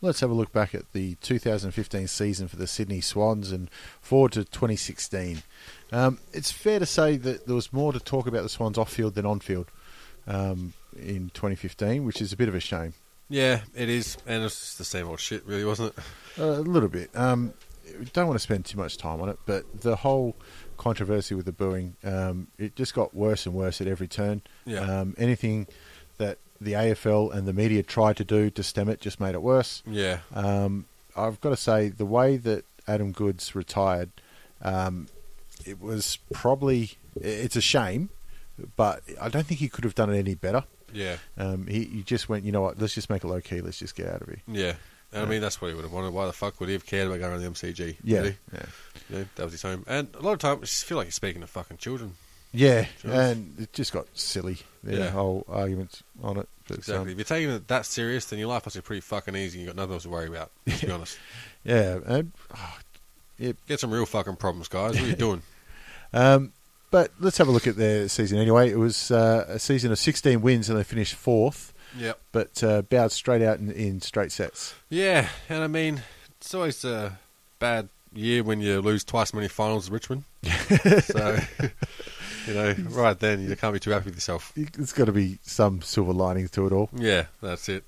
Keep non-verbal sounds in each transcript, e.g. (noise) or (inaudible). Let's have a look back at the 2015 season for the Sydney Swans and forward to 2016. Um, it's fair to say that there was more to talk about the Swans off field than on field um, in 2015, which is a bit of a shame. Yeah, it is, and it's just the same old shit, really, wasn't it? A little bit. Um, don't want to spend too much time on it, but the whole controversy with the booing, um, it just got worse and worse at every turn. Yeah. Um, anything that the AFL and the media tried to do to stem it just made it worse. Yeah, Um, I've got to say, the way that Adam Goods retired, um, it was probably it's a shame, but I don't think he could have done it any better. yeah, Um, he, he just went, you know what? Let's just make it low key. Let's just get out of here. yeah. And I mean, that's what he would have wanted. Why the fuck would he have cared about going to the MCG? Yeah, really? yeah. Yeah, that was his home. And a lot of time, I just feel like he's speaking to fucking children. Yeah, and it just got silly. The Yeah. whole arguments on it. But, um, Exactly. if you're taking it that serious, then your life must be pretty fucking easy. and You've got nothing else to worry about, to be honest. yeah, and oh, Get some real fucking problems, guys. What are you doing? Um, but let's have a look at their season anyway. It was uh, a season of 16 wins and they finished fourth, Yep. but uh, bowed straight out in, in straight sets. Yeah, and I mean, it's always a bad year when you lose twice as many finals as Richmond. so, (laughs) you know, right then, you can't be too happy with yourself. There's got to be some silver lining to it all. Yeah, that's it.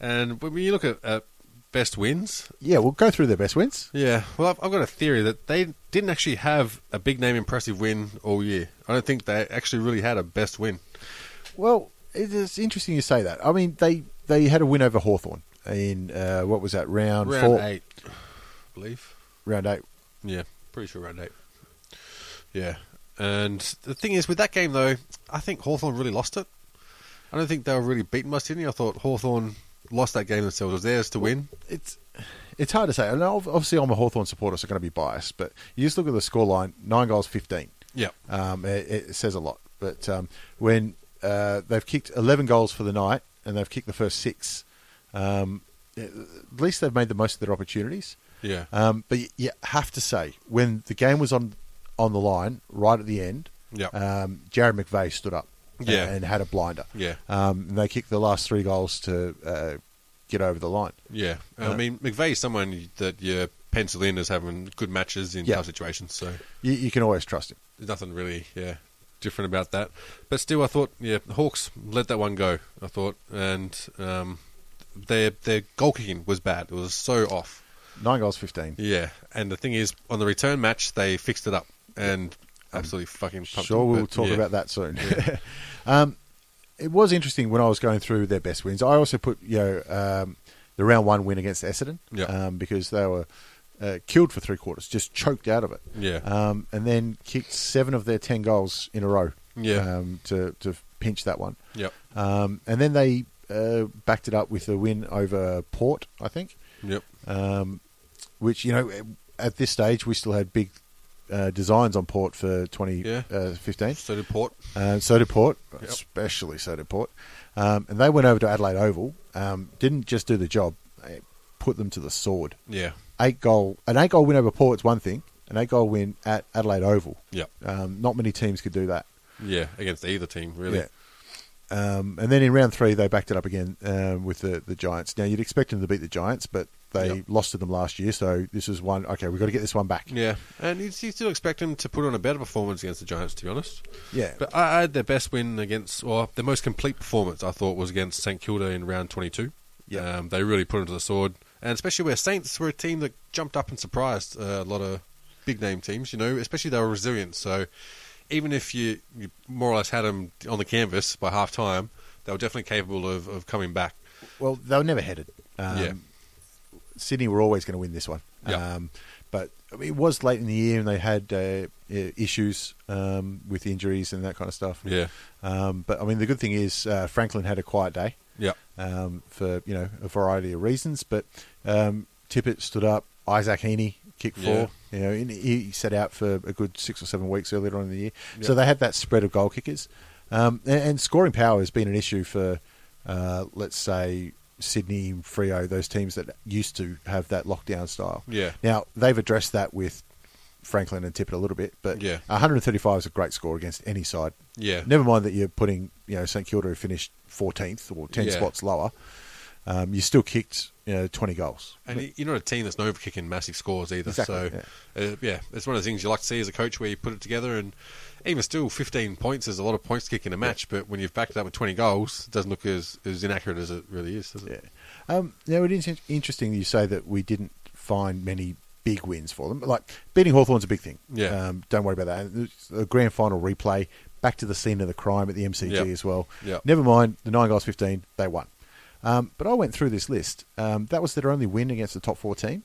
And when you look at, at best wins, Yeah, we'll go through their best wins. yeah, well, I've, I've got a theory that they didn't actually have a big name impressive win all year. I don't think they actually really had a best win. Well, it is interesting you say that. I mean, they, they had a win over Hawthorn in, uh, what was that, round, Round four? eight, I believe. Round eight. Yeah, pretty sure round eight. Yeah. And the thing is, with that game, though, I think Hawthorn really lost it. I don't think they were really beaten by Sydney. I thought Hawthorn lost that game themselves. It was theirs to win. it's it's hard to say. And ob- obviously, I'm a Hawthorn supporter, so I'm going to be biased. But you just look at the scoreline: nine goals, fifteen. Yeah. um, it, it says a lot. But um, when uh, they've kicked eleven goals for the night, and they've kicked the first six, um, at least they've made the most of their opportunities. Yeah. Um, but you, you have to say, when the game was on on the line right at the end, Yep. um, Jared McVeigh stood up, Yeah. and, had a blinder, Yeah. um, and they kicked the last three goals to uh, get over the line. Yeah, I Uh-huh. mean McVeigh's someone that you pencil in as having good matches in Yeah. tough situations, so You, you can always trust him. there's nothing really yeah different about that. But still, I thought yeah, the Hawks let that one go. I thought, and um, their their goal kicking was bad. It was so off. Nine goals, fifteen. Yeah, and the thing is, on the return match, they fixed it up and absolutely fucking. Pumped Um, Sure, it, we'll but talk yeah. about that soon. (laughs) um, it was interesting when I was going through their best wins. I also put you know um, the round one win against Essendon Yeah. um, because they were uh, killed for three quarters, just choked out of it. Yeah. um, and then kicked seven of their ten goals in a row. Yeah. um, to to pinch that one. Yep. um, and then they uh, backed it up with a win over Port, I think Yep. um, which you know at this stage we still had big uh, designs on port for 2015 Yeah. uh, 15. So did Port. uh, so did port Yep. especially so did port um, and they went over to adelaide oval um, didn't just do the job they put them to the sword Yeah. eight goal an eight goal win over port's one thing an eight goal win at adelaide oval Yep. um, not many teams could do that Yeah. Against either team, really. yeah. Um, and then in round three, they backed it up again um, with the, the Giants. Now, you'd expect them to beat the Giants, but they Yep. lost to them last year. So this is one, okay, we've got to get this one back. Yeah, and you you still expect them to put on a better performance against the Giants, to be honest. Yeah. But I I had their best win against, or their most complete performance, I thought, was against St Kilda in round 22. Yeah. Um, they really put him to the sword, and especially where Saints were a team that jumped up and surprised uh, a lot of big name teams. You know, especially they were resilient. So even if you, you more or less had them on the canvas by half time, they were definitely capable of, of coming back. Well, they were never headed. Um, yeah. Sydney were always going to win this one. Yeah. Um, but I mean, it was late in the year and they had uh, i- issues um, with injuries and that kind of stuff. Yeah. Um, but I mean, the good thing is uh, Franklin had a quiet day Yeah. um, for you know a variety of reasons. But um, Tippett stood up. Isaac Heaney kicked Yeah. four. You know, and he sat out for a good six or seven weeks earlier on in the year. So Yeah. they had that spread of goal kickers, um, and, and scoring power has been an issue for, uh, let's say. Sydney, Frio, those teams that used to have that lockdown style. Yeah. Now they've addressed that with Franklin and Tippett a little bit, but Yeah. 135 is a great score against any side. Yeah. Never mind that you're putting, you know, St Kilda who finished 14th or 10 Yeah. spots lower. Um, you still kicked, you know, 20 goals. And y- you're not a team that's known for kicking massive scores either. Exactly, so, yeah. Uh, yeah, it's one of the things you like to see as a coach where you put it together. And even still, 15 points is a lot of points to kick in a match. But when you've backed it up with 20 goals, it doesn't look as, as inaccurate as it really is, does it? Um, now, it is in- interesting you say that we didn't find many big wins for them. Like, beating Hawthorn's a big thing. Yeah. Um, don't worry about that. And it's A grand final replay, back to the scene of the crime at the MCG Yep. as well. Yep. Never mind, the 9 goals, 15, they won. Um, but I went through this list. Um, that was their only win against the top four team.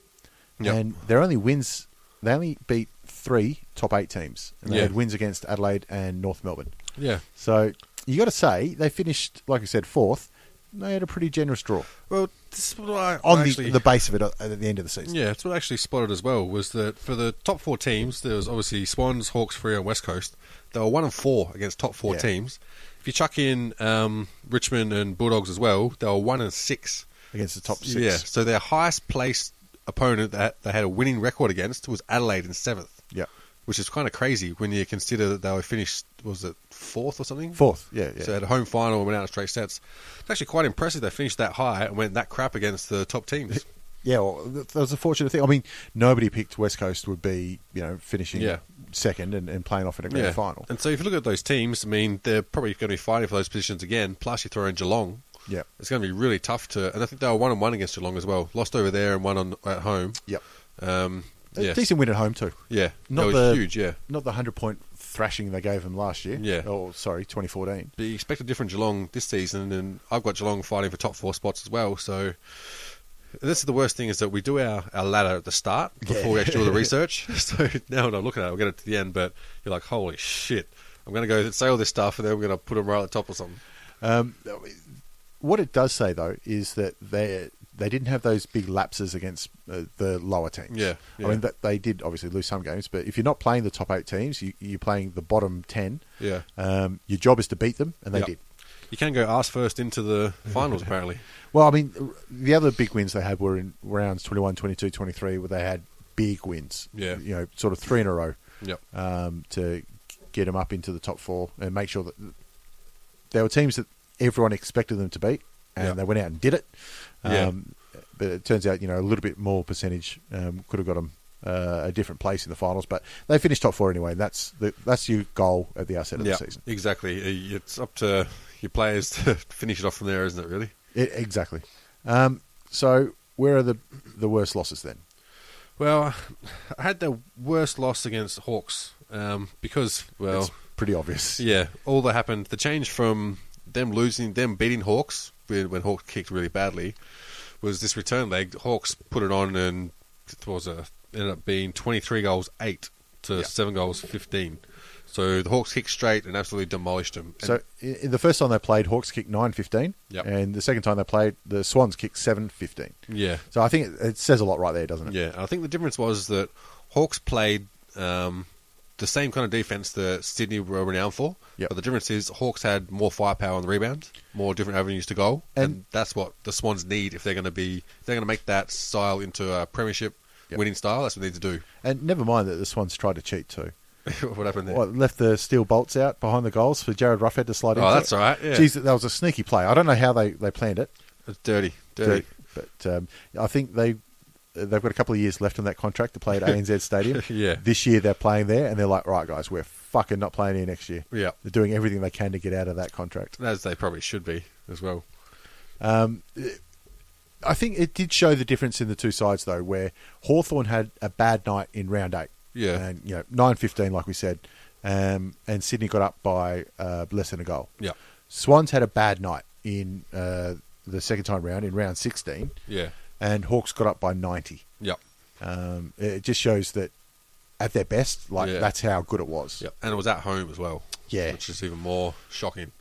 Yep. And their only wins, they only beat three top eight teams. And they Yeah. had wins against Adelaide and North Melbourne. Yeah. So you got to say they finished, like I said, fourth. and They had a pretty generous draw Well, this is what I on I actually, the, the base of it uh, at at the end of the season. Yeah, it's what I actually spotted as well was that for the top four teams, there was obviously Swans, Hawks, Freo, and West Coast. They were one and four against top four Yeah. teams. If you chuck in um, Richmond and Bulldogs as well, they were one and six. Against the top six. Yeah, so their highest placed opponent that they had a winning record against was Adelaide in seventh. Yeah. Which is kind of crazy when you consider that they were finished, was it fourth or something? Fourth, yeah, yeah. So they had a home final and went out in straight sets. It's actually quite impressive they finished that high and went that crap against the (laughs) top teams. Yeah, well, th- that was a fortunate thing. I mean, nobody picked West Coast would be, you know, finishing Yeah. second and, and playing off in a grand final. And so if you look at those teams, I mean, they're probably going to be fighting for those positions again. Plus, you throw in Geelong. Yeah. It's going to be really tough to. And I think they were one and one against Geelong as well. Lost over there and one on at home. Yep. Um, A yeah. Decent win at home too. Yeah. Not that was the huge, yeah. Not the hundred point thrashing they gave them last year. Yeah. Oh, sorry, twenty fourteen. But you expect a different Geelong this season, and I've got Geelong fighting for top four spots as well. So this is the worst thing is that we do our, our ladder at the start before we actually do (laughs) all the research. So now that I'm looking at it, we'll get it to the end, but you're like, holy shit. I'm going to go say all this stuff, and then we're going to put them right at the top or something. What it does say though is that they they didn't have those big lapses against uh, the lower teams. Yeah, yeah. I mean that they did obviously lose some games, but if you're not playing the top eight teams, you, you're playing the bottom ten. Yeah. Um, your job is to beat them, and they Yep. did. You can go ass first into the (laughs) finals, apparently. Well, I mean, the other big wins they had were in rounds 21, 22, 23, where they had big wins. Yeah. You know, sort of three in a row. Yep. Um, to get them up into the top four and make sure that there were teams that everyone expected them to beat, and Yeah. they went out and did it. Yeah. Um, But it turns out, you know, a little bit more percentage um, could have got them uh, a different place in the finals, but they finished top four anyway. And that's the, that's your goal at the outset of Yeah, the season. exactly. Uh, It's up to your players to (laughs) finish it off from there, isn't it, really? E- exactly. Um, so where are the the worst losses then? Well, I had the worst loss against Hawks um, because, well, it's pretty (laughs) obvious. Yeah, all that happened. The change from them losing, them beating Hawks when, when Hawks kicked really badly, was this return leg. Hawks put it on and it was a, ended up being twenty three goals eight to seven goals fifteen. So the Hawks kicked straight and absolutely demolished them. And- So i i- the first time they played, Hawks kicked nine fifteen, Yep. and the second time they played, the Swans kicked seven fifteen. yeah, So I think it, it says a lot right there, doesn't it? Yeah, and I think the difference was that Hawks played um, the same kind of defense that Sydney were renowned for. Yep. But the difference is Hawks had more firepower on the rebound, more different avenues to goal, and, And- that's what the Swans need if they're going to be if they're going to make that style into a premiership Yep. winning style. That's what they need to And never mind that the Swans tried to cheat too. do. (laughs) what happened there? Well, left the steel bolts out behind the goals for Jared Ruffhead to slide Oh, into. that's all right, yeah. Jeez, that was a sneaky play. I don't know how they, they planned it, It's dirty, dirty. but um, I think they they've got a couple of years left on that contract to play (laughs) at ANZ Stadium. Yeah. This year they're playing there, and they're like, right, guys, we're fucking not playing here next year. Yeah. They're doing everything they can to get out of that contract. As they probably should be as well. I think it did show the difference in the two sides, though, where Hawthorn had a bad night in round eight. Yeah. And, you know, 9 15, like we said, um, and Sydney got up by uh, less than a goal. Yeah. Swans had a bad night in uh, the second time round, in round 16, Yeah. and Hawks got up by 90. Yep. Um, it just shows that at their best, like, Yeah. that's how good it was. Yep. And it was at home as well. Yeah. Which is even more shocking.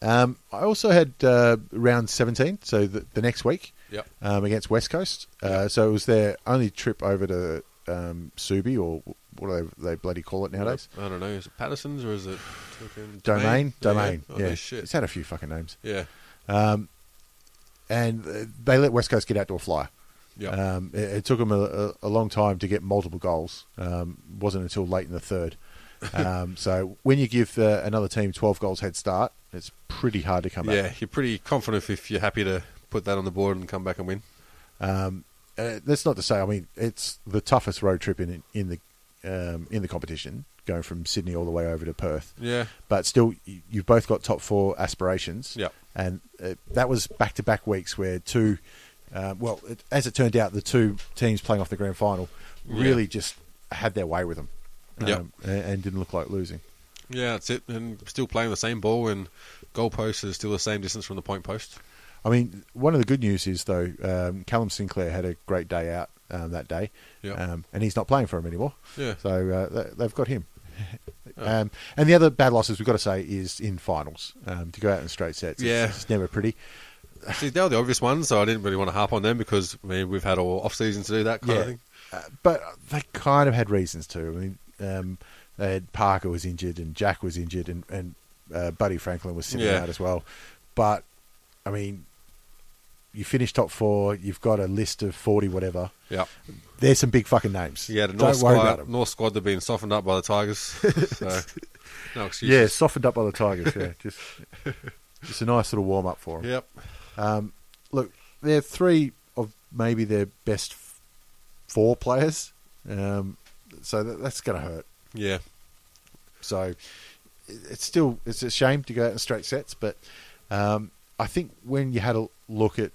Um, I also had uh, round 17, so the, the next week Yep. um, against West Coast. Uh, so it was their only trip over to um, Subi, or what do they, they bloody call it nowadays? I don't know. Is it Patterson's or is it fucking Domain? Domain. Yeah. Yeah. Holy It's shit. had a few fucking names. Yeah. And uh, they let West Coast get out to a flyer. Yeah. Um, it, it took them a, a, a long time to get multiple goals. Um, wasn't until late in the (laughs) third. Um, so when you give uh, another team 12 goals head start, it's pretty hard to come back. yeah. You're pretty confident if you're happy to put that on the board and come back and win. uh, that's not to say. I mean, it's the toughest road trip in in the um, in the competition, going from Sydney all the way over to Perth. Yeah. But still, you- you've both got top four aspirations. Yep. And uh, that was back to back weeks where two, uh, well, it, as it turned out, the two teams playing off the grand final really just had their way with them. Um, Yep. a- and, didn't look like losing. Yeah, that's it. And still playing the same ball, and goalpost is still the same distance from the point (laughs) post. I mean, one of the good news is though, um, Callum Sinclair had a great day out um, that day, Yeah. um, and he's not playing for him anymore. Yeah. Uh. So uh, th- they've got (laughs) him. um, and the other bad losses we've got to say is in finals um, to go out in straight sets. Yeah. It's, it's never pretty. See, they were the obvious ones, so I didn't really want to harp on them because I mean, we've had all off season to do that kind of thing. Uh, but they kind of had reasons to. I mean, um, they had Parker was injured and Jack was injured and, and uh, Buddy Franklin was sitting Yeah. out as well. But, I mean, you finish top four, you've got a list of 40 whatever. Yeah, There's some big fucking names. yeah. The Don't North worry squad, about them. North squad, they're being softened up by (laughs) the Tigers. so, no Yeah, excuses. softened up by the Tigers. (laughs) Yeah, just it's a nice little warm up for them. Yep. Look, they're three of maybe their best f- four players, um, so that, that's going to hurt. Yeah. So it- it's still it's a shame to go out in straight sets, but um, I think when you had a look at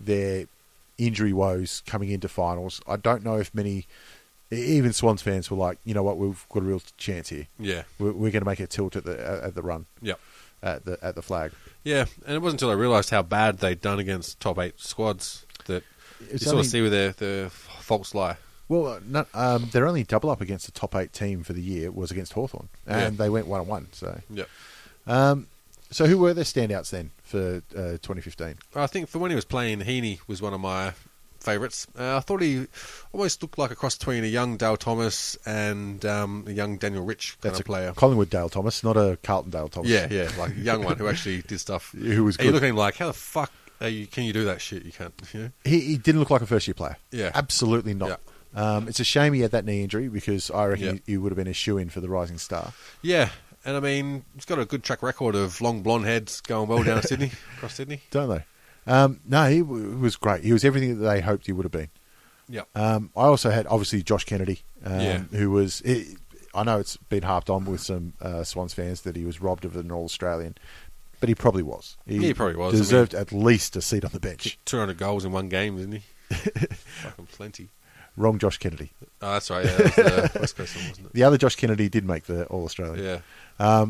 their injury woes coming into finals, I don't know if many, e- even Swans fans, were like, you know what, we've got a real chance here. Yeah. We're, we're going to make a tilt at the at at the run Yep. at the at the flag. Yeah, and it wasn't until I realised how bad they'd done against top eight squads that you It's sort only- of see where their their faults lie. Well, uh, no, um, their only double up against the top eight team for the year was against Hawthorn, and Yeah. they went one on one. So, Yep. so who were their standouts then for uh, 2015? I think for when he was playing, Heaney was one of my favourites. Uh, I thought he almost looked like a cross between a young Dale Thomas and um, a young Daniel Rich kind That's a of player. Collingwood Dale Thomas, not a Carlton Dale Thomas. yeah, yeah, like a young one who actually (laughs) did stuff. Who was And you good. look at him like, how the fuck are you, can you do that shit? You can't. You know? he, he didn't look like a first year player. Yeah. absolutely not. Um, it's a shame he had that knee injury because I reckon Yeah. he, he would have been a shoe in for the Rising Star. Yeah, and I mean, he's got a good track record of long blonde heads going well (laughs) down Sydney, across Sydney. Don't they? Um, no, he w- was great. He was everything that they hoped he would have been. Yeah, Um, I also had obviously Josh Kennedy, um, Yeah. who was. It, I know it's been harped on with some uh, Swans fans that he was robbed of an All Australian, but he probably was. He probably was, I Deserved at least a seat on the bench. 200 goals in one (laughs) game, didn't he? Fucking plenty. Wrong, Josh Kennedy. Oh, that's right. Yeah, that was the West Coast one, (laughs) wasn't The other Josh Kennedy did make the All Australian. it? Yeah.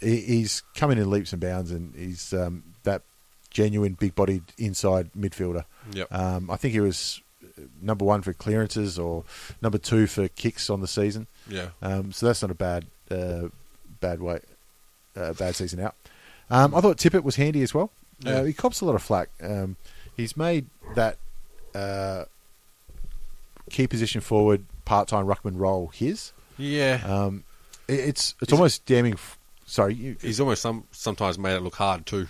he, he's coming in leaps and bounds, and he's um, that genuine big-bodied inside midfielder. Yep. Um, I think he was uh, number one for clearances or number two for kicks on the season. Yeah. Um, so that's not a bad uh, bad way uh, bad season out. Um, I thought Tippett was handy as well. Yeah. Uh, he cops a lot of flack. Um, he's made that uh, key position forward part-time ruckman role his. Yeah. Um, it, it's it's almost damning. F- sorry, you, He's almost some sometimes made it look (laughs) hard too.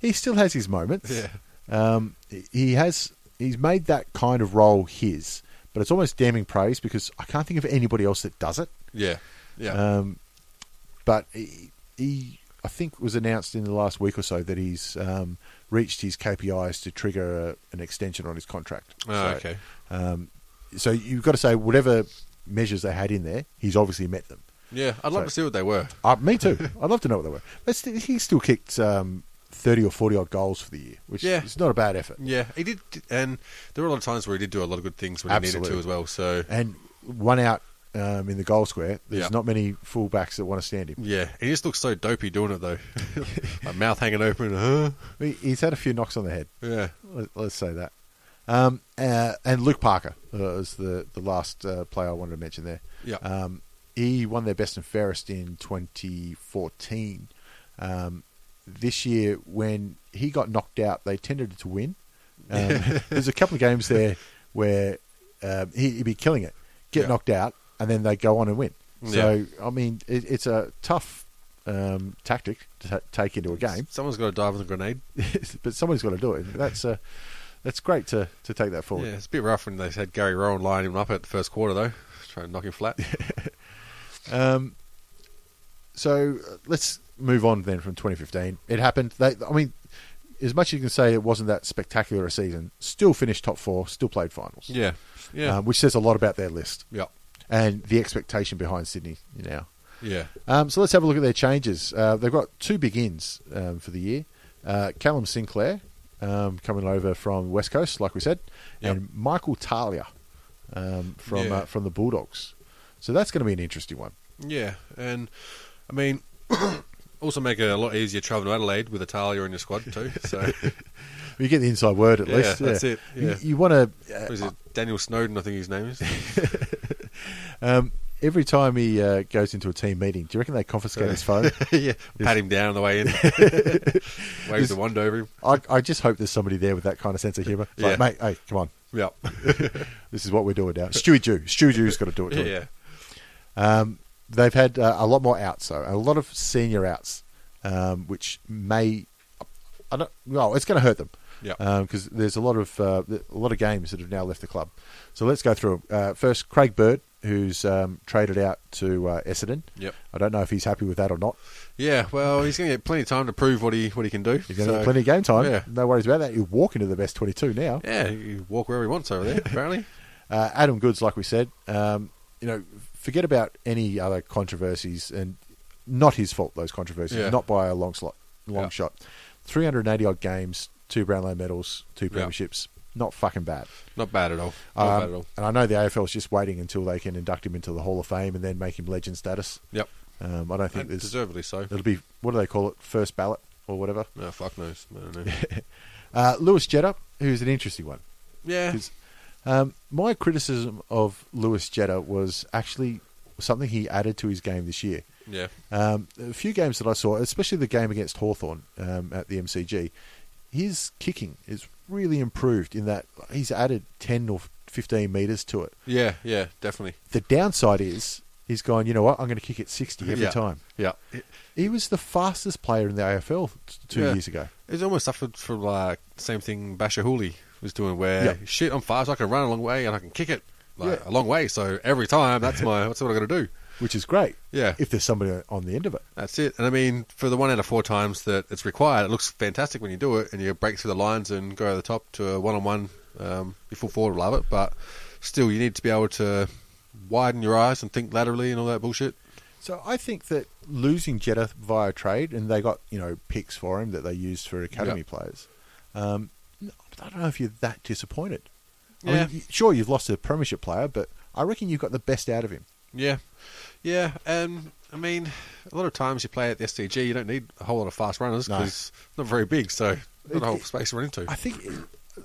he still has his moments. Yeah. Um, he has he's made that kind of role his, but it's almost damning praise because I can't think of anybody else that does it. Yeah, yeah, Um, but he, he I think was announced in the last week or so that he's um, reached his KPIs to trigger a, an extension on his contract. Ah, So, okay. Um, so you've got to say whatever measures they had in there, he's obviously met them. yeah. I'd love so- to see what they were. (laughs) Uh, me too. I'd love to know what they were. But st- he still kicked um, thirty or forty odd goals for the year, which Yeah. is not a bad effort. Yeah, he did, and there were a lot of times where he did do a lot of good things when he needed to Absolutely. as well. So And one out um, in the goal square. There's Yeah. not many fullbacks that want to stand him. yeah, he just looks so dopey doing (laughs) it though, like mouth hanging open. Huh? He- He's had a few knocks on the head. Yeah, Let- Let's say that. Um, uh, and Luke Parker uh, is the the last uh, player I wanted to mention there. Yeah. Um, he won their best and fairest in 2014. Um, this year, when he got knocked out, they tended to win. Um, (laughs) there's a couple of games there where um, he, he'd be killing it, get Yeah. knocked out, and then they go on and win. So I mean, it, it's a tough um, tactic to ta take into a game someone's got to dive with a grenade. (laughs) but somebody's got to do it. And That's uh, that's great to, to take that Yeah, forward. it's a bit rough when they had Gary Rowan lining him up at the first quarter though, trying to knock him flat. Um, so uh, let's move on then from 2015. It happened. They, I mean, as much as you can say it wasn't that spectacular a season, still finished top four, still played finals. yeah, yeah, Um, which says a lot about their list yeah, and the expectation behind Sydney now. yeah. Um, so let's have a look at their changes. Uh, they've got two big ins um, for the year. Uh, Callum Sinclair um, coming over from West Coast, like we said, Yep. and Michael Talia um, from Yeah. uh, from the Bulldogs. So that's going to be an interesting one. Yeah, and I mean, (coughs) also make it a lot easier traveling to Adelaide with Italia in your squad too. (laughs) So You get the inside word at Yeah, least. that's it, You- yeah. You, uh, want to What is it Daniel Snowden? I think his name (laughs) is. um, every time he uh, goes into a team meeting. Do you reckon they confiscate his (laughs) phone? yeah, pat him down on the (laughs) way in, (laughs) wave the wand over him. I, I just hope there's somebody there with that kind of sense of humour. It's Like, Yeah. mate, hey, come on, Yeah, this is what we're doing now. Stewie Jew, Stewie Jew's got to do it. To him. yeah, Um, they've had uh, a lot more outs though, a lot of senior outs, um, which may, I don't, well, it's going to hurt them. Yeah. Because there's a lot of uh, a lot of games that have now left the club. So let's go through 'em. Uh, first, Craig Bird, who's um, traded out to uh, Essendon. Yep. I don't know if he's happy with that or not. yeah. Well, he's going to get plenty of time to prove what he what he can do. He's going to So, get plenty of game time. Yeah. No worries about that. He'll walk into the best 22 now. Yeah, he can walk wherever he wants over (laughs) there. Apparently, Uh, Adam Goods, like we said, um, you know, forget about any other controversies, and not his fault. Those controversies, Yeah. not by a long slot, long Yeah. shot. Three hundred and eighty odd games, two Brownlow medals, two Yeah. premierships. Not fucking bad. not bad at all. Not Um, bad at all. And I know the AFL is just waiting until they can induct him into the Hall of Fame and then make him legend status. Yep, Um, I don't think and there's. deservedly so. It'll be what do they call it? First ballot or whatever. No, fuck knows. I don't know. (laughs) Uh, Lewis Jetta, who's an interesting one. Yeah, 'Cause, Um, my criticism of Lewis Jetta was actually something he added to his game this year. yeah, Um, a few games that I saw, especially the game against Hawthorn um, at the MCG, his kicking is really improved in that he's added 10 or 15 metres to it. yeah, yeah. Definitely. The downside is he's gone, you know what, I'm going to kick it 60 every Yeah. time. Yeah. He was the fastest player in the AFL t- two Yeah. years ago. It's almost suffered from like the same thing Basher Hooley was doing, where Yeah. shit, I'm fast, I can run a long way and I can kick it like Yeah. a long way. So every time, (laughs) that's my that's what I got to do. Which is great. Yeah. If there's somebody on the end of it. That's it. And I mean, for the one out of four times that it's required, it looks fantastic when you do it and you break through the lines and go to the top to a one on one. Um, your full forward will love it, but still, you need to be able to widen your eyes and think laterally and all that bullshit. So I think that losing Jetta via trade, and they got you know picks for him that they used for academy Yeah. players. Um, n- I don't know if you're that disappointed. I Yeah. mean, y- sure, you've lost a premiership player, but I reckon you got the best out of him. Yeah, yeah. Um, I mean, a lot of times you play at the SCG, you don't need a whole lot of fast runners No. because it's not very big, so not a whole It- it- space to run into. I think,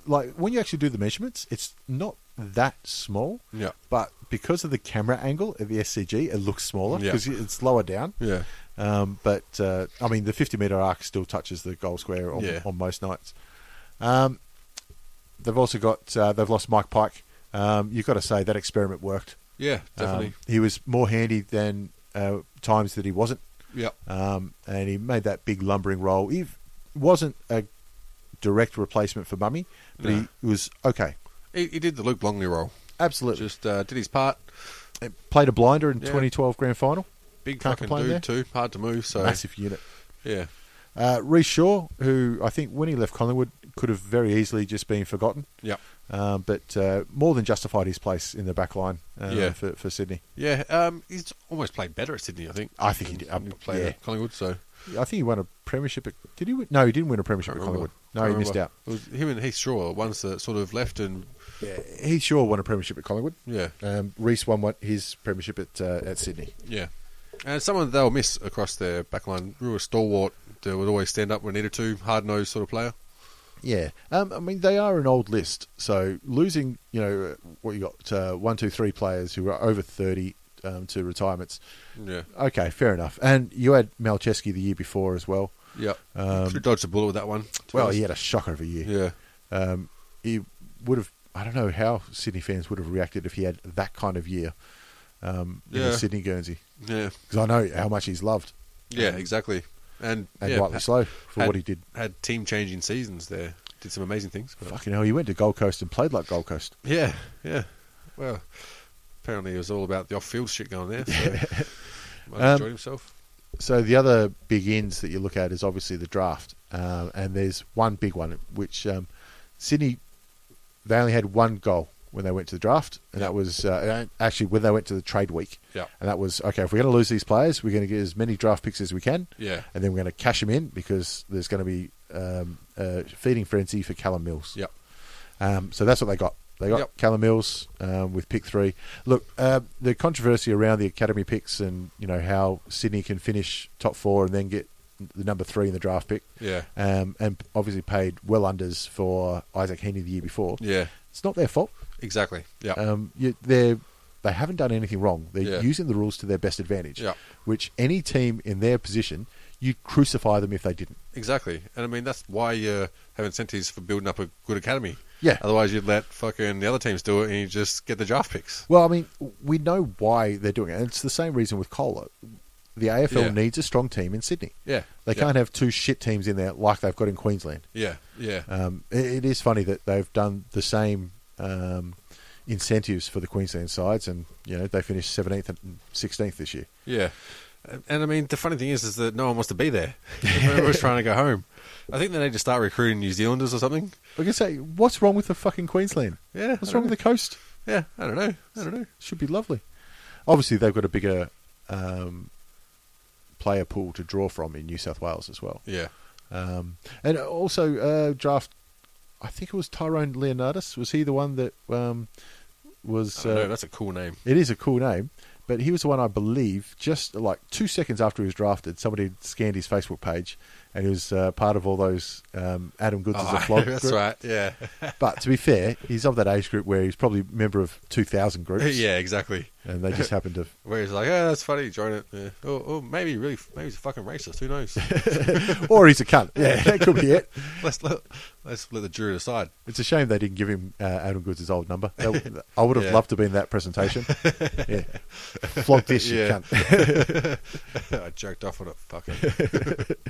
like when you actually do the measurements, it's not that small. Yeah. But because of the camera angle of the SCG, it looks smaller Yeah. because it's lower down. yeah, Um, but uh, I mean, the 50 meter arc still touches the goal square on, Yeah. on most nights. Um, they've also got uh, they've lost Mike Pike. Um, you've got to say that experiment worked. yeah, definitely. Um, he was more handy than uh, times that he wasn't, yeah, um, and he made that big lumbering roll. He wasn't a direct replacement for Mummy, but No. he was okay. he, he did the Luke Longley role. Absolutely, Just uh, did his part. played a blinder in Yeah. 2012 grand final. Big Can't fucking complain dude there. too. Hard to move. So Massive unit. yeah, Uh, Reece Shaw, who I think when he left Collingwood could have very easily just been forgotten. Yep. Um, but uh, more than justified his place in the back line uh, Yeah. for, for Sydney. Yeah, um, he's almost played better at Sydney, I think. I think he did. than Um, played yeah. at Collingwood, so I think he won a premiership. At, did he? Win? No, he didn't win a premiership Can't at remember. Collingwood. No, Can't he missed remember. out. It was him and Heath Shaw, once that sort of left and He sure won a premiership at Collingwood. yeah, Um, Reese won one, his premiership at uh, at Sydney. yeah. And someone they'll miss across their back line. We were a stalwart that would always stand up when needed to, hard nosed sort of player. Yeah, um, I mean they are an old list, so losing you know what you got uh, one, two, three players who are over thirty um, to retirements. Yeah, Okay, fair enough. And you had Malcheski the year before as well. yeah. Um, Should have dodged a bullet with that one. to be Well, honest. he had a shocker of a year. yeah, Um, he would have. I don't know how Sydney fans would have reacted if he had that kind of year um, in Yeah. the Sydney Guernsey, yeah, because I know how much he's loved yeah, exactly. And, and yeah, rightly had, so for what he did. had team changing seasons there. Did some amazing things. but- Fucking hell, he went to Gold Coast and played like Gold Coast. Yeah, yeah. Well, apparently it was all about the off-field shit (laughs) going there. So might have Um, enjoyed himself. So the other big ends that you look at is obviously the draft, um, and there's one big one which um, Sydney they only had one goal when they went to the draft, and that was uh, actually when they went to the trade week. Yeah. and that was okay. If we're going to lose these players, we're going to get as many draft picks as we can. Yeah. and then we're going to cash them in because there's going to be um, a feeding frenzy for Callum Mills. Yep. Um, so that's what they got. They got Yep. Callum Mills um, with pick three. Look, uh, the controversy around the academy picks and you know how Sydney can finish top four and then get the number three in the draft pick. Yeah. Um, and obviously paid well unders for Isaac Heaney the year before. Yeah, It's not their fault. exactly. Yeah, Um, you, they're they haven't done anything wrong. They're Yeah. using the rules to their best advantage. Yeah. Which any team in their position, you'd crucify them if they didn't. exactly. And I mean that's why you have incentives for building up a good academy. Yeah. Otherwise, you'd let fucking the other teams do it, and you just get the draft picks. Well, I mean, we know why they're doing it. And it's the same reason with Kohler. The AFL Yeah. needs a strong team in Sydney. Yeah, They yeah. can't have two shit teams in there like they've got in Queensland. Yeah, yeah, Um, it, it is funny that they've done the same um, incentives for the Queensland sides, and you know they finished 17th and 16th this year. yeah. And- And I mean, the funny thing is, is that no one wants to be there. (laughs) Everyone's trying to go home. I think they need to start recruiting New Zealanders or something. Like I say, what's wrong with the fucking Queensland? Yeah, I what's don't wrong with the coast? Yeah, I don't know. I don't know. Should be lovely. Obviously, they've got a bigger um, player pool to draw from in New South Wales as well. Yeah, Um, and also uh, draft, I think it was Tyrone Leonardis. Was he the one that um, I was? don't know. Uh, That's a cool name. it is a cool name, but he was the one I believe. Just like two seconds after he was drafted, somebody had scanned his Facebook page, and he was uh, part of all those um, Adam Goods as a Oh, (laughs) flog. that's group. right. Yeah, But to be fair, he's of that age group where he's probably a member of two thousand groups. (laughs) yeah, exactly. and they just happened to. Where he's like, oh, that's funny, join it. Yeah. Oh, oh, maybe he really, maybe he's a fucking racist. (laughs) Who knows? Or he's a cunt. Yeah, (laughs) that could be it. let's let, let's let the jury decide. It's a shame they didn't give him uh, Adam Goods' old number. (laughs) That- I would have Yeah. loved to be in that presentation. yeah. Flog this, you Yeah. cunt. (laughs) I jerked off on it. Fucking (laughs)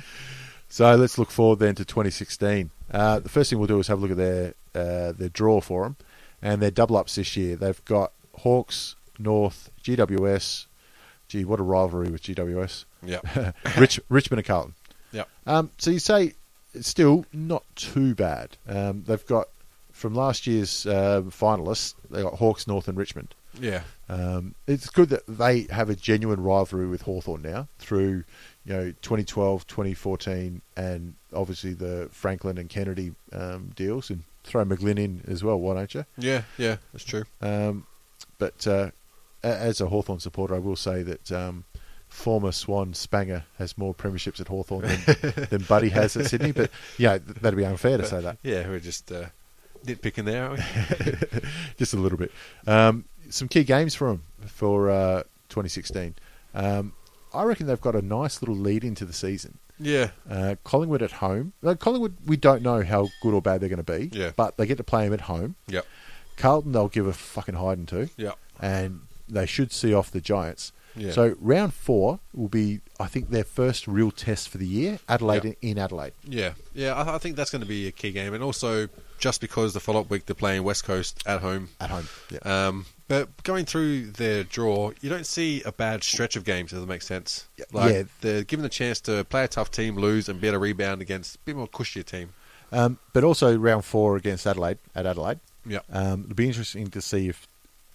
So let's look forward then to 2016. Uh, the first thing we'll do is have a look at their uh, their draw for them and their double ups this year. They've got Hawks, North, GWS. Gee, what a rivalry with (laughs) GWS. yeah, Rich, Richmond and Carlton. yeah, Um, so you say it's still not too bad. Um, they've got from last year's uh, finalists. They got Hawks, North, and Richmond. yeah, Um, it's good that they have a genuine rivalry with Hawthorn now through, you know, 2012, 2014, and obviously the Franklin and Kennedy um, deals, and throw McGlynn in as well, why don't you? yeah, yeah. That's true. Um, but uh, a- as a Hawthorn supporter, I will say that um, former Swan Spanger has more premierships at Hawthorn than, than Buddy has at Sydney, but yeah, th- that'd be unfair to say that. Yeah, we're just uh, nitpicking there, aren't we? (laughs) just a little bit. Um, some key games for them for uh, 2016. Um, I reckon they've got a nice little lead into the season. (laughs) yeah, Uh, Collingwood at home. Now, Collingwood, we don't know how good or bad they're going to be, Yeah. but they get to play them at home. yeah, Carlton, they'll give a fucking hiding to, yeah, and they should see off the Giants. Yeah. So round four will be, I think, their first real test for the year. Adelaide Yeah. in Adelaide. yeah, yeah. I, I think that's going to be a key game, and also just because the follow-up week they're playing West Coast at home. At home, yeah. Um, but going through their draw, you don't see a bad stretch of games. Does that make sense? Yeah. Like Yeah. they're given the chance to play a tough team, lose, and be able to rebound against a bit more cushier team. Um, but also round four against Adelaide at Adelaide. Yeah. Um, it'll be interesting to see if,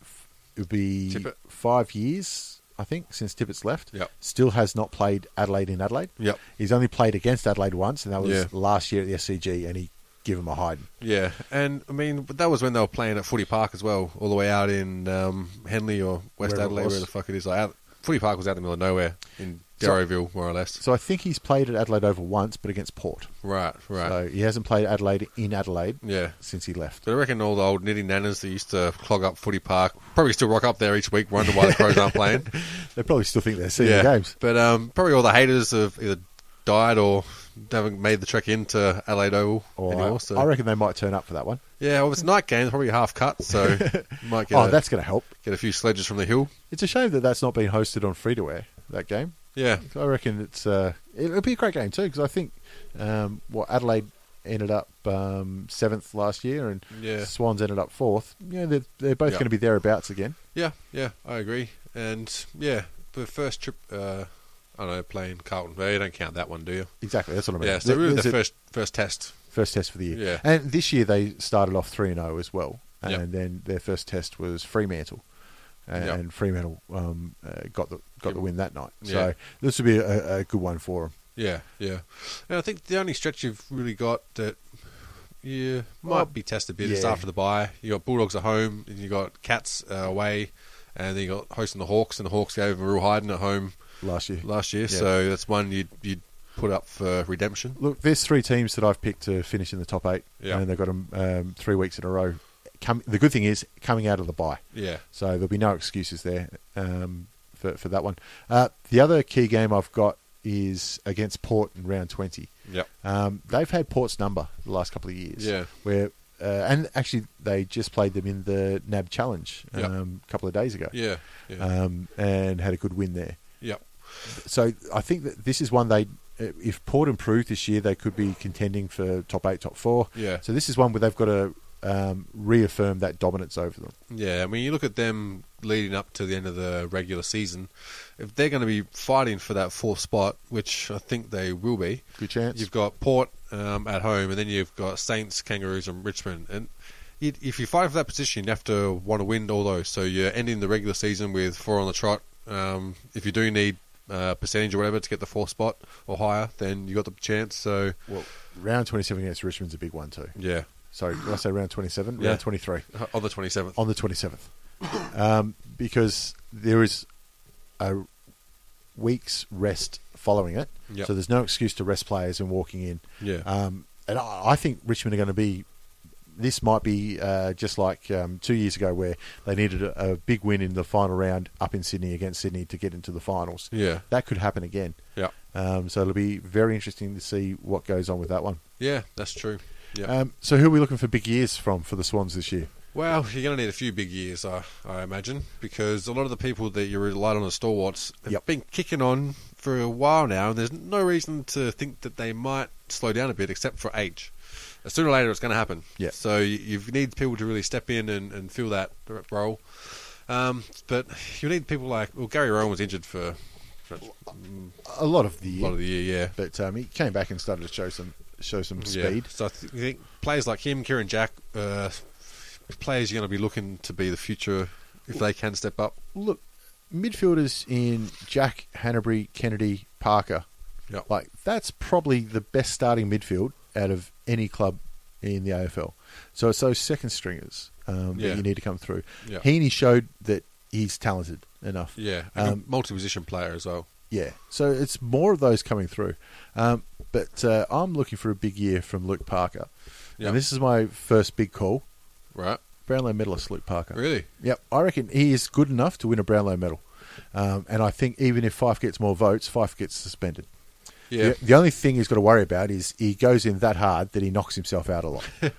if it'll be Tippett. five years, I think, since Tippett's left. Yep. Still has not played Adelaide in Adelaide. Yep. He's only played against Adelaide once, and that was Yeah. last year at the SCG, and he gave him a hiding. Yeah, and I mean but that was when they were playing at Footy Park as well, all the way out in um, Henley or Wherever West it Adelaide, was. where the fuck it is. Like out, Footy Park was out in the middle of nowhere in So- Derryville, more or less. So I think he's played at Adelaide over once, but against Port. Right, right. So he hasn't played Adelaide in Adelaide yeah. since he left. But I reckon all the old nitty nanas that used to clog up Footy Park probably still rock up there each week, wondering why the (laughs) pros aren't playing. They probably still think they're seeing the games. But um, probably all the haters have either died or haven't made the trek into Adelaide Oval Or I, anymore. So. I reckon they might turn up for that one. yeah, well, it's night games, probably half (laughs) cut, so might get, oh, a, that's going to help. get a few sledges from the hill. It's a shame that that's not been hosted on free to air that game. Yeah, 'Cause I reckon it's uh, it'll be a great game too because I think um, what Adelaide ended up um, seventh last year and Yeah. Swans ended up fourth. You know, they're, they're both Yeah. going to be thereabouts again. yeah, yeah, I agree. And yeah, the first trip, uh, I don't know, playing Carlton, Well, you don't count that one, do you? Exactly, that's what I mean. Yeah, so really There's the a first first test. first test for the year. Yeah. And this year they started off three and zero as well, and Yep. then their first test was Fremantle, and Yep. Fremantle um, uh, got the got the win that night. Yeah. So this would be a, a good one for them. Yeah, yeah. And I think the only stretch you've really got that you might Well, be tested a bit is yeah. after the bye. You got Bulldogs at home, and you got Cats uh, away, and then you got hosting the Hawks, and the Hawks gave them a real hiding at home Last year, last year. Yeah. So that's one you'd you'd put up for redemption. Look, there's three teams that I've picked to finish in the top eight, Yeah. and they've got them um, three weeks in a row. Come, the good thing is coming out of the bye, Yeah, so there'll be no excuses there um, for for that one. Uh, the other key game I've got is against Port in round twenty. Yep. Um, they've had Port's number the last couple of years. Yeah. Where uh, and actually they just played them in the NAB Challenge um, Yep. a couple of days ago. yeah, yeah, Um, and had a good win there yep. so I think that this is one they, uh, if Port improve this year, they could be contending for top eight, top four. Yeah. So this is one where they've got to um, reaffirm that dominance over them. Yeah, I mean, you look at them leading up to the end of the regular season. If they're going to be fighting for that fourth spot, which I think they will be, Good chance. You've got Port um, at home, and then you've got Saints, Kangaroos, and Richmond. And you, if you fight for that position, you have to want to win all those. So you're ending the regular season with four on the trot. Um, if you do need uh, percentage or whatever to get the fourth spot or higher, then you got the chance. So Well, round twenty-seven against Richmond's a big one too. yeah, Sorry, did I say round twenty-seven? Yeah. Round twenty-three on the 27th. on the twenty-seventh, um, because there is a week's rest following it. Yep. So there's no excuse to rest players and walking in. Yeah. Um, and I, I think Richmond are going to be. This might be uh, just like um, two years ago, where they needed a, a big win in the final round up in Sydney against Sydney to get into the finals. Yeah. That could happen again. Yeah, Um, so it'll be very interesting to see what goes on with that one. yeah, that's true. Yeah. Um, so who are we looking for big years from for the Swans this year? Well, you're going to need a few big years, I, I imagine, because a lot of the people that you relied on as stalwarts have Yep. been kicking on for a while now, and there's no reason to think that they might slow down a bit, except for age. Sooner or later, it's going to happen. Yeah. So you, you need people to really step in and, and fill that role. Um, but you need people like well, Gary Rowan was injured for, for a A lot of the year, lot of the year, yeah. but um, he came back and started to show some show some Yeah. speed. So I th- think players like him, Kieran Jack, uh, players you're going to be looking to be the future if they can step up. Look, midfielders in Jack Hanbury, Kennedy, Parker. Yeah. Like that's probably the best starting midfield out of any club in the AFL. So it's those second stringers um, Yeah. that you need to come through. Yeah. Heaney showed that he's talented enough. Yeah, Um, multi position player as well. yeah. So it's more of those coming through. Um, but uh, I'm looking for a big year from Luke Parker. Yeah. And this is my first big call. Right? Brownlow medalist Luke Parker. Really? eh? Yep, I reckon he is good enough to win a Brownlow medal. Um, and I think even if Fife gets more votes, Fife gets suspended. Yeah. The, the only thing he's got to worry about is he goes in that hard that he knocks himself out a lot. (laughs)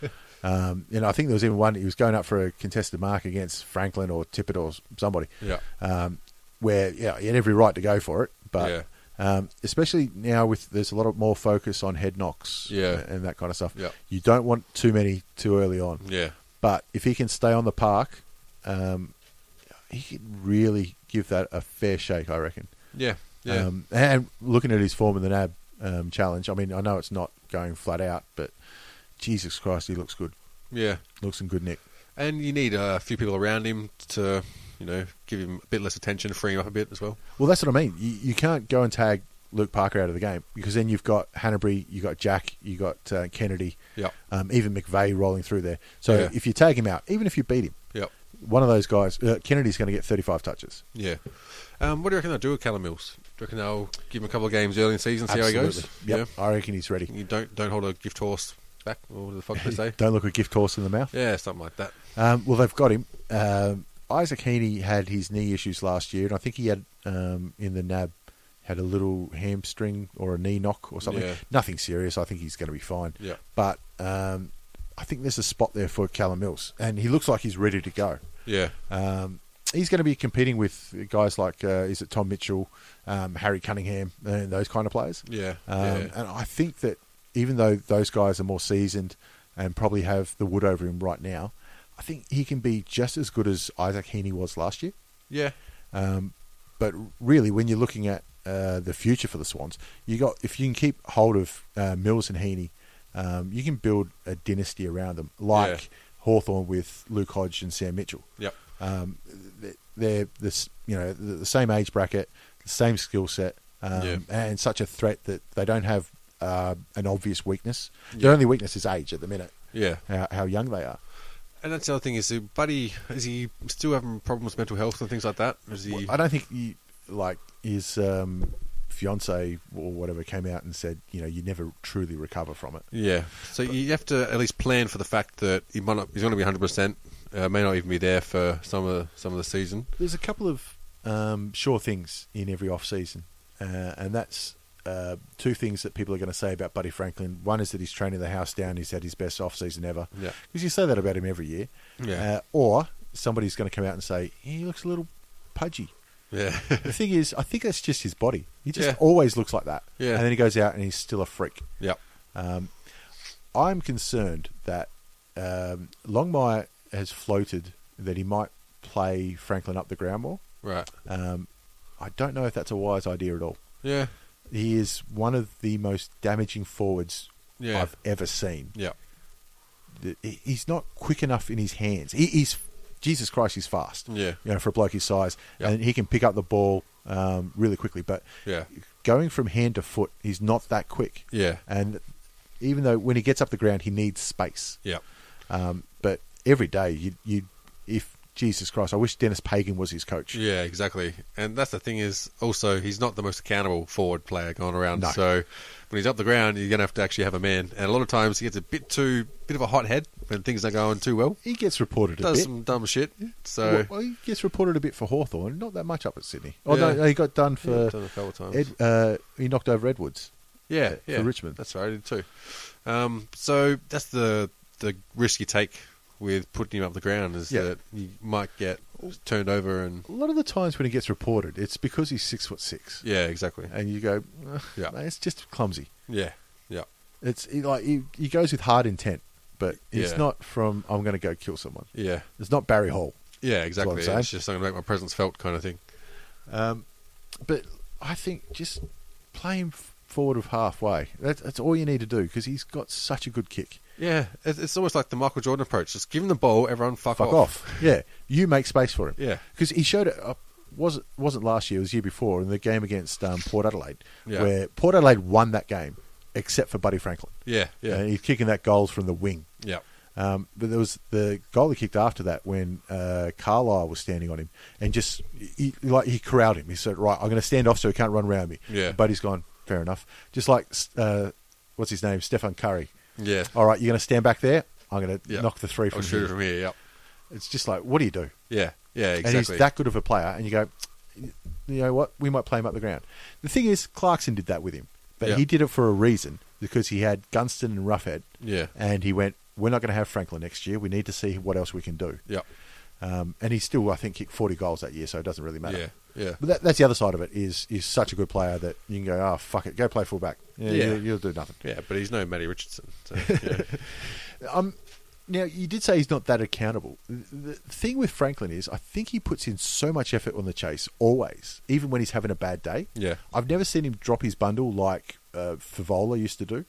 um, and I think there was even one, he was going up for a contested mark against Franklin or Tippett or somebody. Yeah. Um, where, yeah, he had every right to go for it. But Yeah. um, especially now with there's a lot of more focus on head knocks Yeah. and that kind of stuff. Yeah. You don't want too many too early on. Yeah. But if he can stay on the park, um, he could really give that a fair shake, I reckon. Yeah. Yeah. Um, and looking at his form in the NAB um, challenge, I mean, I know it's not going flat out, but Jesus Christ, he looks good. Yeah. Looks in good nick. And you need uh, a few people around him to, you know, give him a bit less attention, free him up a bit as well. Well, that's what I mean. You, you can't go and tag Luke Parker out of the game because then you've got Hanbury, you've got Jack, you've got uh, Kennedy, Yep. um, even McVeigh rolling through there. So Yeah. if you tag him out, even if you beat him, Yep. one of those guys, uh, Kennedy's going to get 35 touches. Yeah. Um, what do you reckon they'll do with Callum Mills? Do you reckon they'll give him a couple of games early in the season, see how he goes? Absolutely. Yep. I reckon he's ready. Yeah. You don't don't hold a gift horse back, or what the fuck (laughs) they say? Don't look a gift horse in the mouth. yeah, something like that. Um, well, they've got him. Um, Isaac Heaney had his knee issues last year, and I think he had um, in the NAB had a little hamstring or a knee knock or something. Yeah. Nothing serious. I think he's going to be fine. Yeah. But um, I think there's a spot there for Callum Mills, and he looks like he's ready to go. Yeah. Um, he's going to be competing with guys like uh, is it Tom Mitchell, um, Harry Cunningham, and those kind of players. Yeah, Um, yeah. And I think that even though those guys are more seasoned and probably have the wood over him right now, I think he can be just as good as Isaac Heaney was last year. Yeah. Um, but really, when you're looking at uh, the future for the Swans, you got if you can keep hold of uh, Mills and Heaney, um, you can build a dynasty around them, like Yeah. Hawthorn with Luke Hodge and Sam Mitchell Yep. they're this you know the the same age bracket, the same skill set, um, Yeah. and such a threat that they don't have uh, an obvious weakness. Their only weakness is age at the minute, Yeah. how, how young they are. And that's the other thing is, uh, Buddy, is he still having problems with mental health and things like that? Is he? I don't think you, like his um, fiance or whatever came out and said you know you never truly recover from it. Yeah. So you have to at least plan for the fact that he might not, he's going to be 100%, uh, may not even be there for some of the, some of the season. There's a couple of um, sure things in every off season, uh, and that's uh, two things that people are going to say about Buddy Franklin. One is that he's training the house down. He's had his best off season ever. Yeah. because you say that about him every year. Yeah. Uh, or somebody's going to come out and say he looks a little pudgy. Yeah. (laughs) The thing is, I think that's just his body. He just Yeah. always looks like that. Yeah. and then he goes out and he's still a freak. yep. I'm concerned that um, Longmire has floated that he might play Franklin up the ground more. Right. Um, I don't know if that's a wise idea at all. Yeah. He is one of the most damaging forwards Yeah. I've ever seen. Yep. The- he- He's not quick enough in his hands. He, he's Jesus Christ, he's fast. Yeah. you know, for a bloke his size, Yeah. and he can pick up the ball um, really quickly. But Yeah. going from hand to foot, he's not that quick. Yeah. and even though when he gets up the ground, he needs space. Yep. Um, but every day, you you if Jesus Christ, I wish Dennis Pagan was his coach. Yeah, exactly. And that's the thing is also he's not the most accountable forward player going around. No. So when he's up the ground, you're gonna have to actually have a man. And a lot of times he gets a bit too bit of a hot head when things aren't going too well. He gets reported a Does bit. some dumb shit. So Well, well, he gets reported a bit for Hawthorn. Not that much up at Sydney. Oh, Yeah. no, he got done for. Yeah, done a couple of times. Ed, uh, he knocked over Edwards. yeah, for yeah, Richmond. That's right, I did too. Um, so that's the the risk you take with putting him up the ground is Yeah. that you might get turned over and A lot of the times when he gets reported, it's because he's six foot six, yeah, exactly. and you go, yeah, Yeah. it's just clumsy. Yeah, yeah, It's he, like he, he goes with hard intent, but it's Yeah. not from I'm going to go kill someone. yeah, It's not Barry Hall. yeah, exactly. saying. It's just I'm gonna make my presence felt kind of thing. Um, but I think just play him f- forward of halfway. That's, that's all you need to do because he's got such a good kick. Yeah, it's, it's almost like the Michael Jordan approach. Just give him the ball, everyone fuck, fuck off. Yeah, you make space for him. Yeah. because he showed it. Up, was it wasn't last year? It was the year before in the game against um, Port Adelaide, Yeah. where Port Adelaide won that game, except for Buddy Franklin. Yeah, yeah, and he's kicking that goal from the wing. yeah, Um, but there was the goal he kicked after that when uh, Carlisle was standing on him and just he, like he corralled him. He said, "Right, I'm going to stand off so he can't run around me." Yeah. but he's gone. Fair enough. Just like uh, what's his name, Stefan Curry. yeah. All right, you're going to stand back there. I'm going to yeah. knock the three from I'll shoot here. it from here. Yep. It's just like, what do you do? Yeah, yeah, exactly. And he's that good of a player, and you go, you know what? We might play him up the ground. The thing is, Clarkson did that with him, but Yeah. he did it for a reason because he had Gunston and Roughhead. Yeah. and he went, "We're not going to have Franklin next year. We need to see what else we can do." Yep. Um, and he still, I think, kicked forty goals that year, so it doesn't really matter. Yeah, yeah. But that, that's the other side of it. Is is such a good player that you can go, "Oh fuck it, go play fullback. Yeah, Yeah. You'll, you'll do nothing." Yeah, but he's no Matty Richardson. (laughs) So, yeah. Um, now you did say he's not that accountable. The the thing with Franklin is, I think he puts in so much effort on the chase always, even when he's having a bad day. Yeah. I've never seen him drop his bundle like uh, Favola used to do.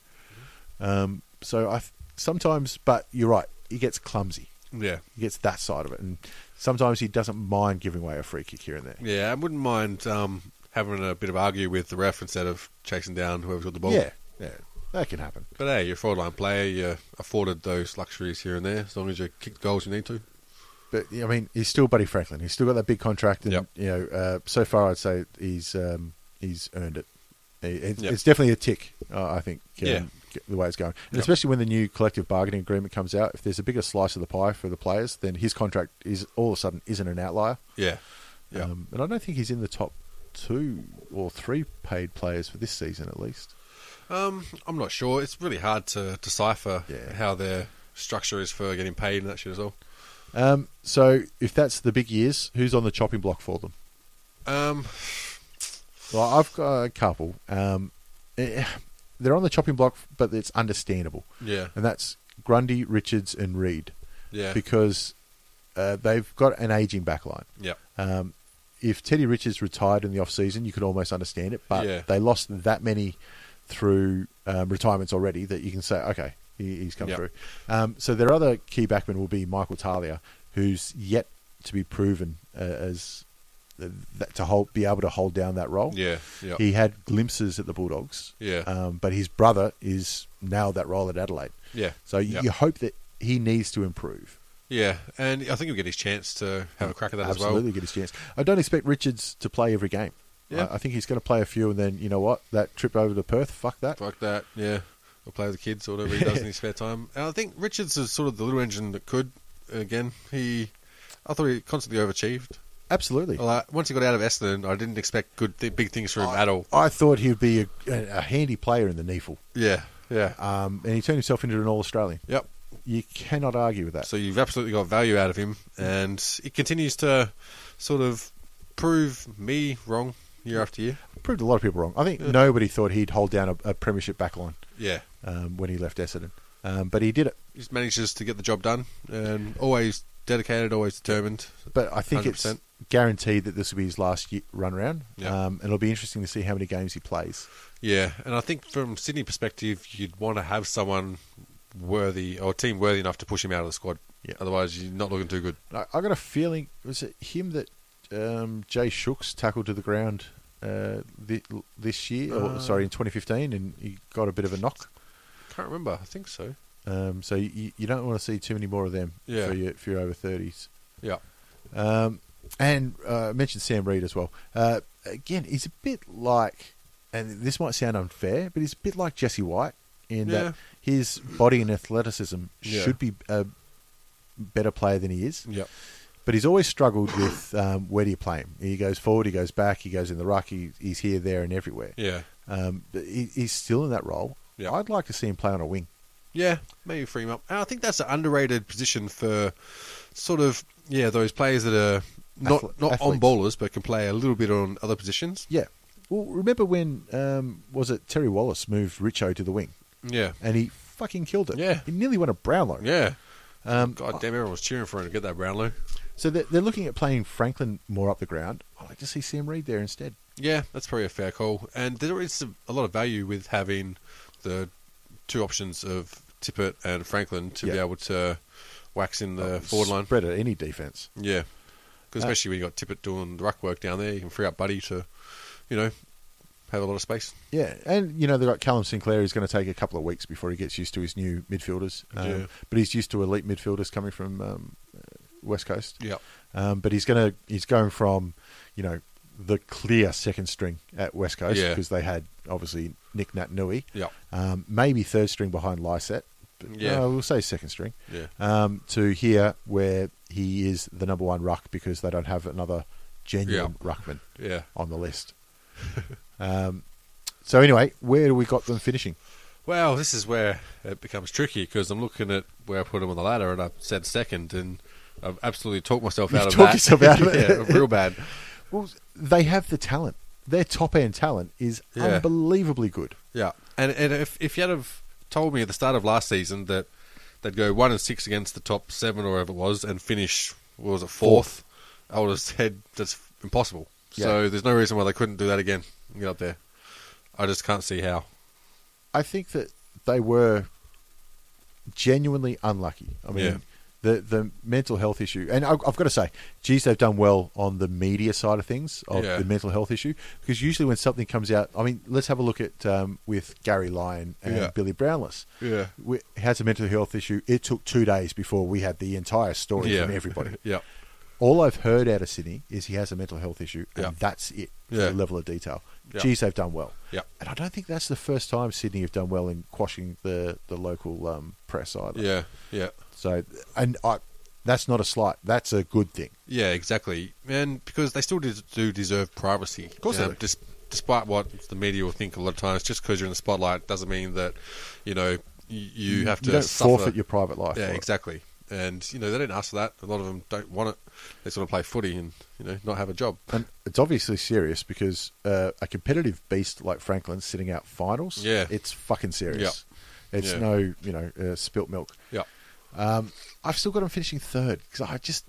Um, so I, th- sometimes, but you're right. He gets clumsy. Yeah. He gets that side of it, and sometimes he doesn't mind giving away a free kick here and there. Yeah, I wouldn't mind um, having a bit of argue with the ref instead of chasing down whoever's got the ball. Yeah, yeah, that can happen. But hey, you're a forward line player. You're afforded those luxuries here and there as long as you kick the goals you need to. But I mean, he's still Buddy Franklin. He's still got that big contract, and Yep. you know, uh, so far I'd say he's um, he's earned it. It- It's, Yep. it's definitely a tick, uh, I think. Um, Yeah. the way it's going, and especially when the new collective bargaining agreement comes out, if there's a bigger slice of the pie for the players, then his contract is all of a sudden isn't an outlier. Yeah. Yeah. Um, and I don't think he's in the top two or three paid players for this season, at least. Um, I'm not sure. It's really hard to decipher Yeah. how their structure is for getting paid and that shit as well. Um, so if that's the big years, who's on the chopping block for them? Um, Well, I've got a couple. Um, eh, they're on the chopping block, but it's understandable, yeah. and that's Grundy, Richards, and Reed, Yeah. because uh, they've got an aging backline. yeah. Um, if Teddy Richards retired in the off season, you could almost understand it, but Yeah. they lost that many through um, retirements already that you can say, okay, he, he's come Yep. through. Um, so their other key backman will be Michael Talia, who's yet to be proven uh, as uh, that, to hold, be able to hold down that role. Yeah. Yeah. He had glimpses at the Bulldogs, Yeah. um, but his brother is nailed that role at Adelaide. Yeah. So you, Yep. you hope that he needs to improve. Yeah. And I think he'll get his chance to have a crack at that Absolutely as well. get his chance. I don't expect Richards to play every game. Yeah. I, I think he's going to play a few, and then you know what? That trip over to Perth, fuck that. Fuck that. Yeah. Or play with the kids or whatever he (laughs) does in his spare time. And I think Richards is sort of the little engine that could. Again, he. I thought he constantly overachieved. Absolutely. Well, I, once he got out of Essendon, I didn't expect good th- big things from him at all. I thought he'd be a, a, a handy player in the Neefle, Yeah, yeah, um, and he turned himself into an All Australian. yep. You cannot argue with that. So you've absolutely got value out of him, and he continues to sort of prove me wrong year after year. Proved a lot of people wrong. I think nobody thought he'd hold down a, a premiership backline Yeah, um, when he left Essendon, um, but he did it. he just manages to get the job done, and always dedicated, always determined. But I think it's 100%. guaranteed that this will be his last ye run round, Yeah. um, and it'll be interesting to see how many games he plays. Yeah, and I think from Sydney perspective, you'd want to have someone worthy or a team worthy enough to push him out of the squad. Yeah. Otherwise, you're not looking too good. I, I got a feeling was it him that um, Jay Shooks tackled to the ground uh, thi- this year, Ah. or, sorry, in 2015, and he got a bit of a knock. Can't remember. I think so. Um, so you, you don't want to see too many more of them Yeah. for your for your over 30s. Yeah. Um, and uh, I mentioned Sam Reed as well. Uh, again, he's a bit like, and this might sound unfair, but he's a bit like Jesse White in Yeah. that his body and athleticism Yeah. should be a better player than he is Yep. but he's always struggled with um, where do you play him? He goes forward, he goes back, he goes in the ruck, he, he's here, there, and everywhere. Yeah. Um, but he, he's still in that role. Yeah. I'd like to see him play on a wing. Yeah, maybe free him up. And I think that's an underrated position for sort of yeah those players that are not Athle- not on athletes. bowlers but can play a little bit on other positions. Yeah. Well, remember when um, was it Terry Wallace moved Richo to the wing, Yeah, and he fucking killed it. Yeah. he nearly won a Brownlow. yeah. Um, God damn, everyone was cheering for him to get that Brownlow. So they're, they're looking at playing Franklin more up the ground. I would like to see Sam Reed there instead. Yeah, that's probably a fair call. And there is a lot of value with having the two options of Tippett and Franklin to be Yeah. Oh, able to wax in the Uh, forward line. spread Uh, at any defense. Yeah, 'Cause especially when you got Tippett doing the ruck work down there, you can free up Buddy to, you know, have a lot of space. Yeah, and you know they've got Callum Sinclair. who's going to take a couple of weeks before he gets used to his new midfielders. Um, Yeah. But he's used to elite midfielders coming from um, uh, West Coast. Yeah. Um, but he's going to he's going from, you know, the clear second string at West Coast Yeah. because they had obviously Nick Natnui. Yeah. Um, maybe third string behind Lyset. But Yeah. no, we'll say second string. Yeah. Um, to here where he is the number one ruck because they don't have another genuine ruckman Yeah. on the list. (laughs) um, so anyway, where do we got them finishing? Well, this is where it becomes tricky because I'm looking at where I put him on the ladder, and I said second, and I've absolutely talked myself You've out of talked that. yourself (laughs) out of it. yeah, real bad. Well, they have the talent. Their top end talent is Yeah. unbelievably good. Yeah, and and if if you'd have told me at the start of last season that they'd go one and six against the top seven or whatever it was, and finish what was it fourth, I would have said that's impossible. Yeah. So there's no reason why they couldn't do that again. and Get up there. I just can't see how. (laughs) I think that they were genuinely unlucky. I mean, Yeah. the the mental health issue, and I've, I've got to say, geez, they've done well on the media side of things of Yeah. the mental health issue because usually when something comes out, I mean, let's have a look at um, with Gary Lyon and Yeah. Billy Brownless. Yeah. we, has a mental health issue. It took two days before we had the entire story yeah. from (laughs) everybody. yeah. All I've heard out of Sydney is he has a mental health issue, and Yeah. that's it. for Yeah. The level of detail. Yeah. Geez, they've done well. Yeah. And I don't think that's the first time Sydney have done well in quashing the the local um, press either. Yeah. Yeah. So, and I, that's not a slight. That's a good thing. Yeah, exactly. And because they still des- do deserve privacy. Of course they do. Dis- despite what the media will think a lot of times, just because you're in the spotlight doesn't mean that, you know, y- you, you have to You don't suffer. forfeit your private life. Yeah, for it. exactly. And, you know, they don't ask for that. A lot of them don't want it. They sort of play footy and, you know, not have a job. And it's obviously serious because uh, a competitive beast like Franklin's sitting out finals. Yeah. It's fucking serious. It's Yeah. no, you know, uh, spilt milk. Yeah. I've still got them finishing third because I just,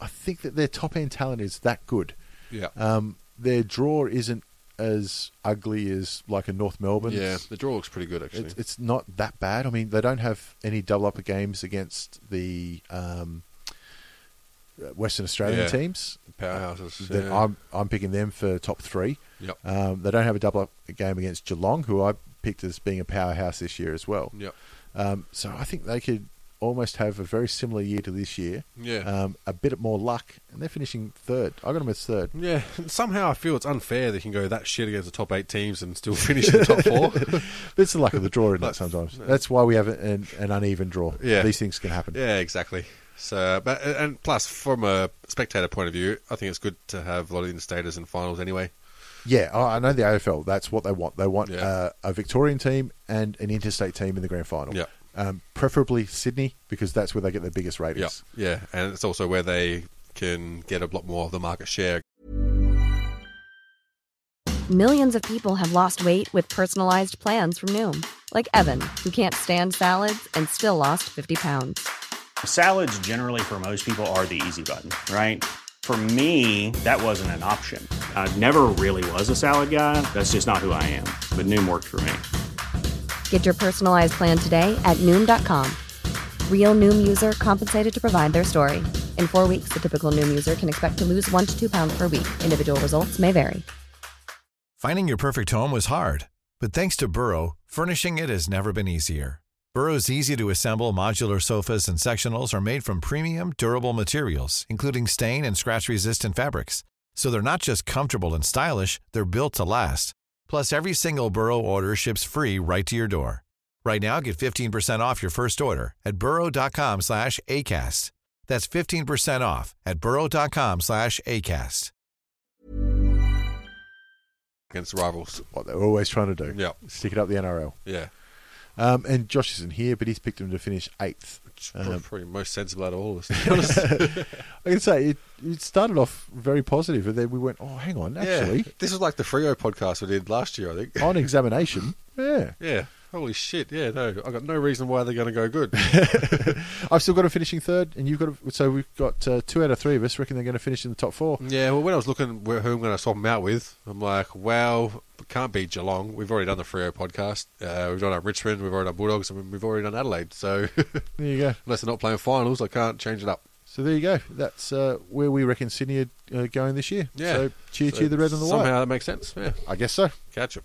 I think that their top end talent is that good. Yeah. Um, their draw isn't as ugly as like a North Melbourne. yeah. The draw looks pretty good, actually. It's, it's not that bad. I mean, they don't have any double upper games against the um, uh, Western Australian Yeah. teams. Powerhouses. Then yeah. I'm I'm picking them for top three. Yep. Um, they don't have a double up game against Geelong, who I picked as being a powerhouse this year as well. Yep. Um, so I think they could almost have a very similar year to this year. Yeah. Um, a bit more luck, and they're finishing third. I got them as third. Yeah, and somehow I feel it's unfair they can go that shit against the top eight teams and still (laughs) finish in the top four. But it's the luck of the draw in that That's- sometimes. That's why we have an, an uneven draw. Yeah. These things can happen. (laughs) yeah, exactly. So, but and plus from a spectator point of view, I think it's good to have a lot of interstaters in finals anyway. Yeah, I I know the AFL. That's what they want. They want Yeah. uh, a Victorian team and an interstate team in the grand final. Yeah. Um, preferably Sydney because that's where they get their biggest Yeah, ratings. yeah, and it's also where they can get a lot more of the market share. Millions of people have lost weight with personalized plans from Noom, like Evan, who can't stand salads and still lost 50 pounds. Salads, generally, for most people, are the easy button, right? For me, that wasn't an option. I never really was a salad guy. That's just not who I am. But Noom worked for me. Get your personalized plan today at Noom.com. Real Noom user compensated to provide their story. In four weeks, the typical Noom user can expect to lose one to two pounds per week. Individual results may vary. Finding your perfect home was hard, but thanks to Burrow, furnishing it has never been easier. Burrow's easy to assemble modular sofas and sectionals are made from premium, durable materials, including stain and scratch resistant fabrics. So they're not just comfortable and stylish, they're built to last. Plus, every single Burrow order ships free right to your door. Right now, get 15% off your first order at burrow.com slash ACAST. That's 15% off at burrow.com slash ACAST. against rivals. What they're always trying to do. Yeah. Stick it up the NRL. Yeah, Um, and Josh isn't here, but he's picked them to finish eighth. which Um, is probably most sensible out of all of us. To (laughs) be honest. I can say it, it started off very positive, and then we went, oh, hang on, actually, yeah, this is like the Frio podcast we did last year, I think. on examination, yeah. (laughs) Yeah, holy shit. Yeah, no, I got no reason why they're going (laughs) to go good. I've still got them finishing third, and you've got to, so we've got uh, two out of three of us reckon they're going to finish in the top four. Yeah, well, when I was looking where, who I'm going to swap them out with, I'm like, well, it can't be Geelong. We've already done the Freo podcast. Uh, we've done our Richmond. We've already done Bulldogs. and we've already done Adelaide. So (laughs) There you go. unless they're not playing finals, I can't change it up. So there you go. That's uh, where we reckon Sydney are uh, going this year. Yeah. So cheer, So cheer the red and the Somehow white. that makes sense. Yeah, I guess so. catch them.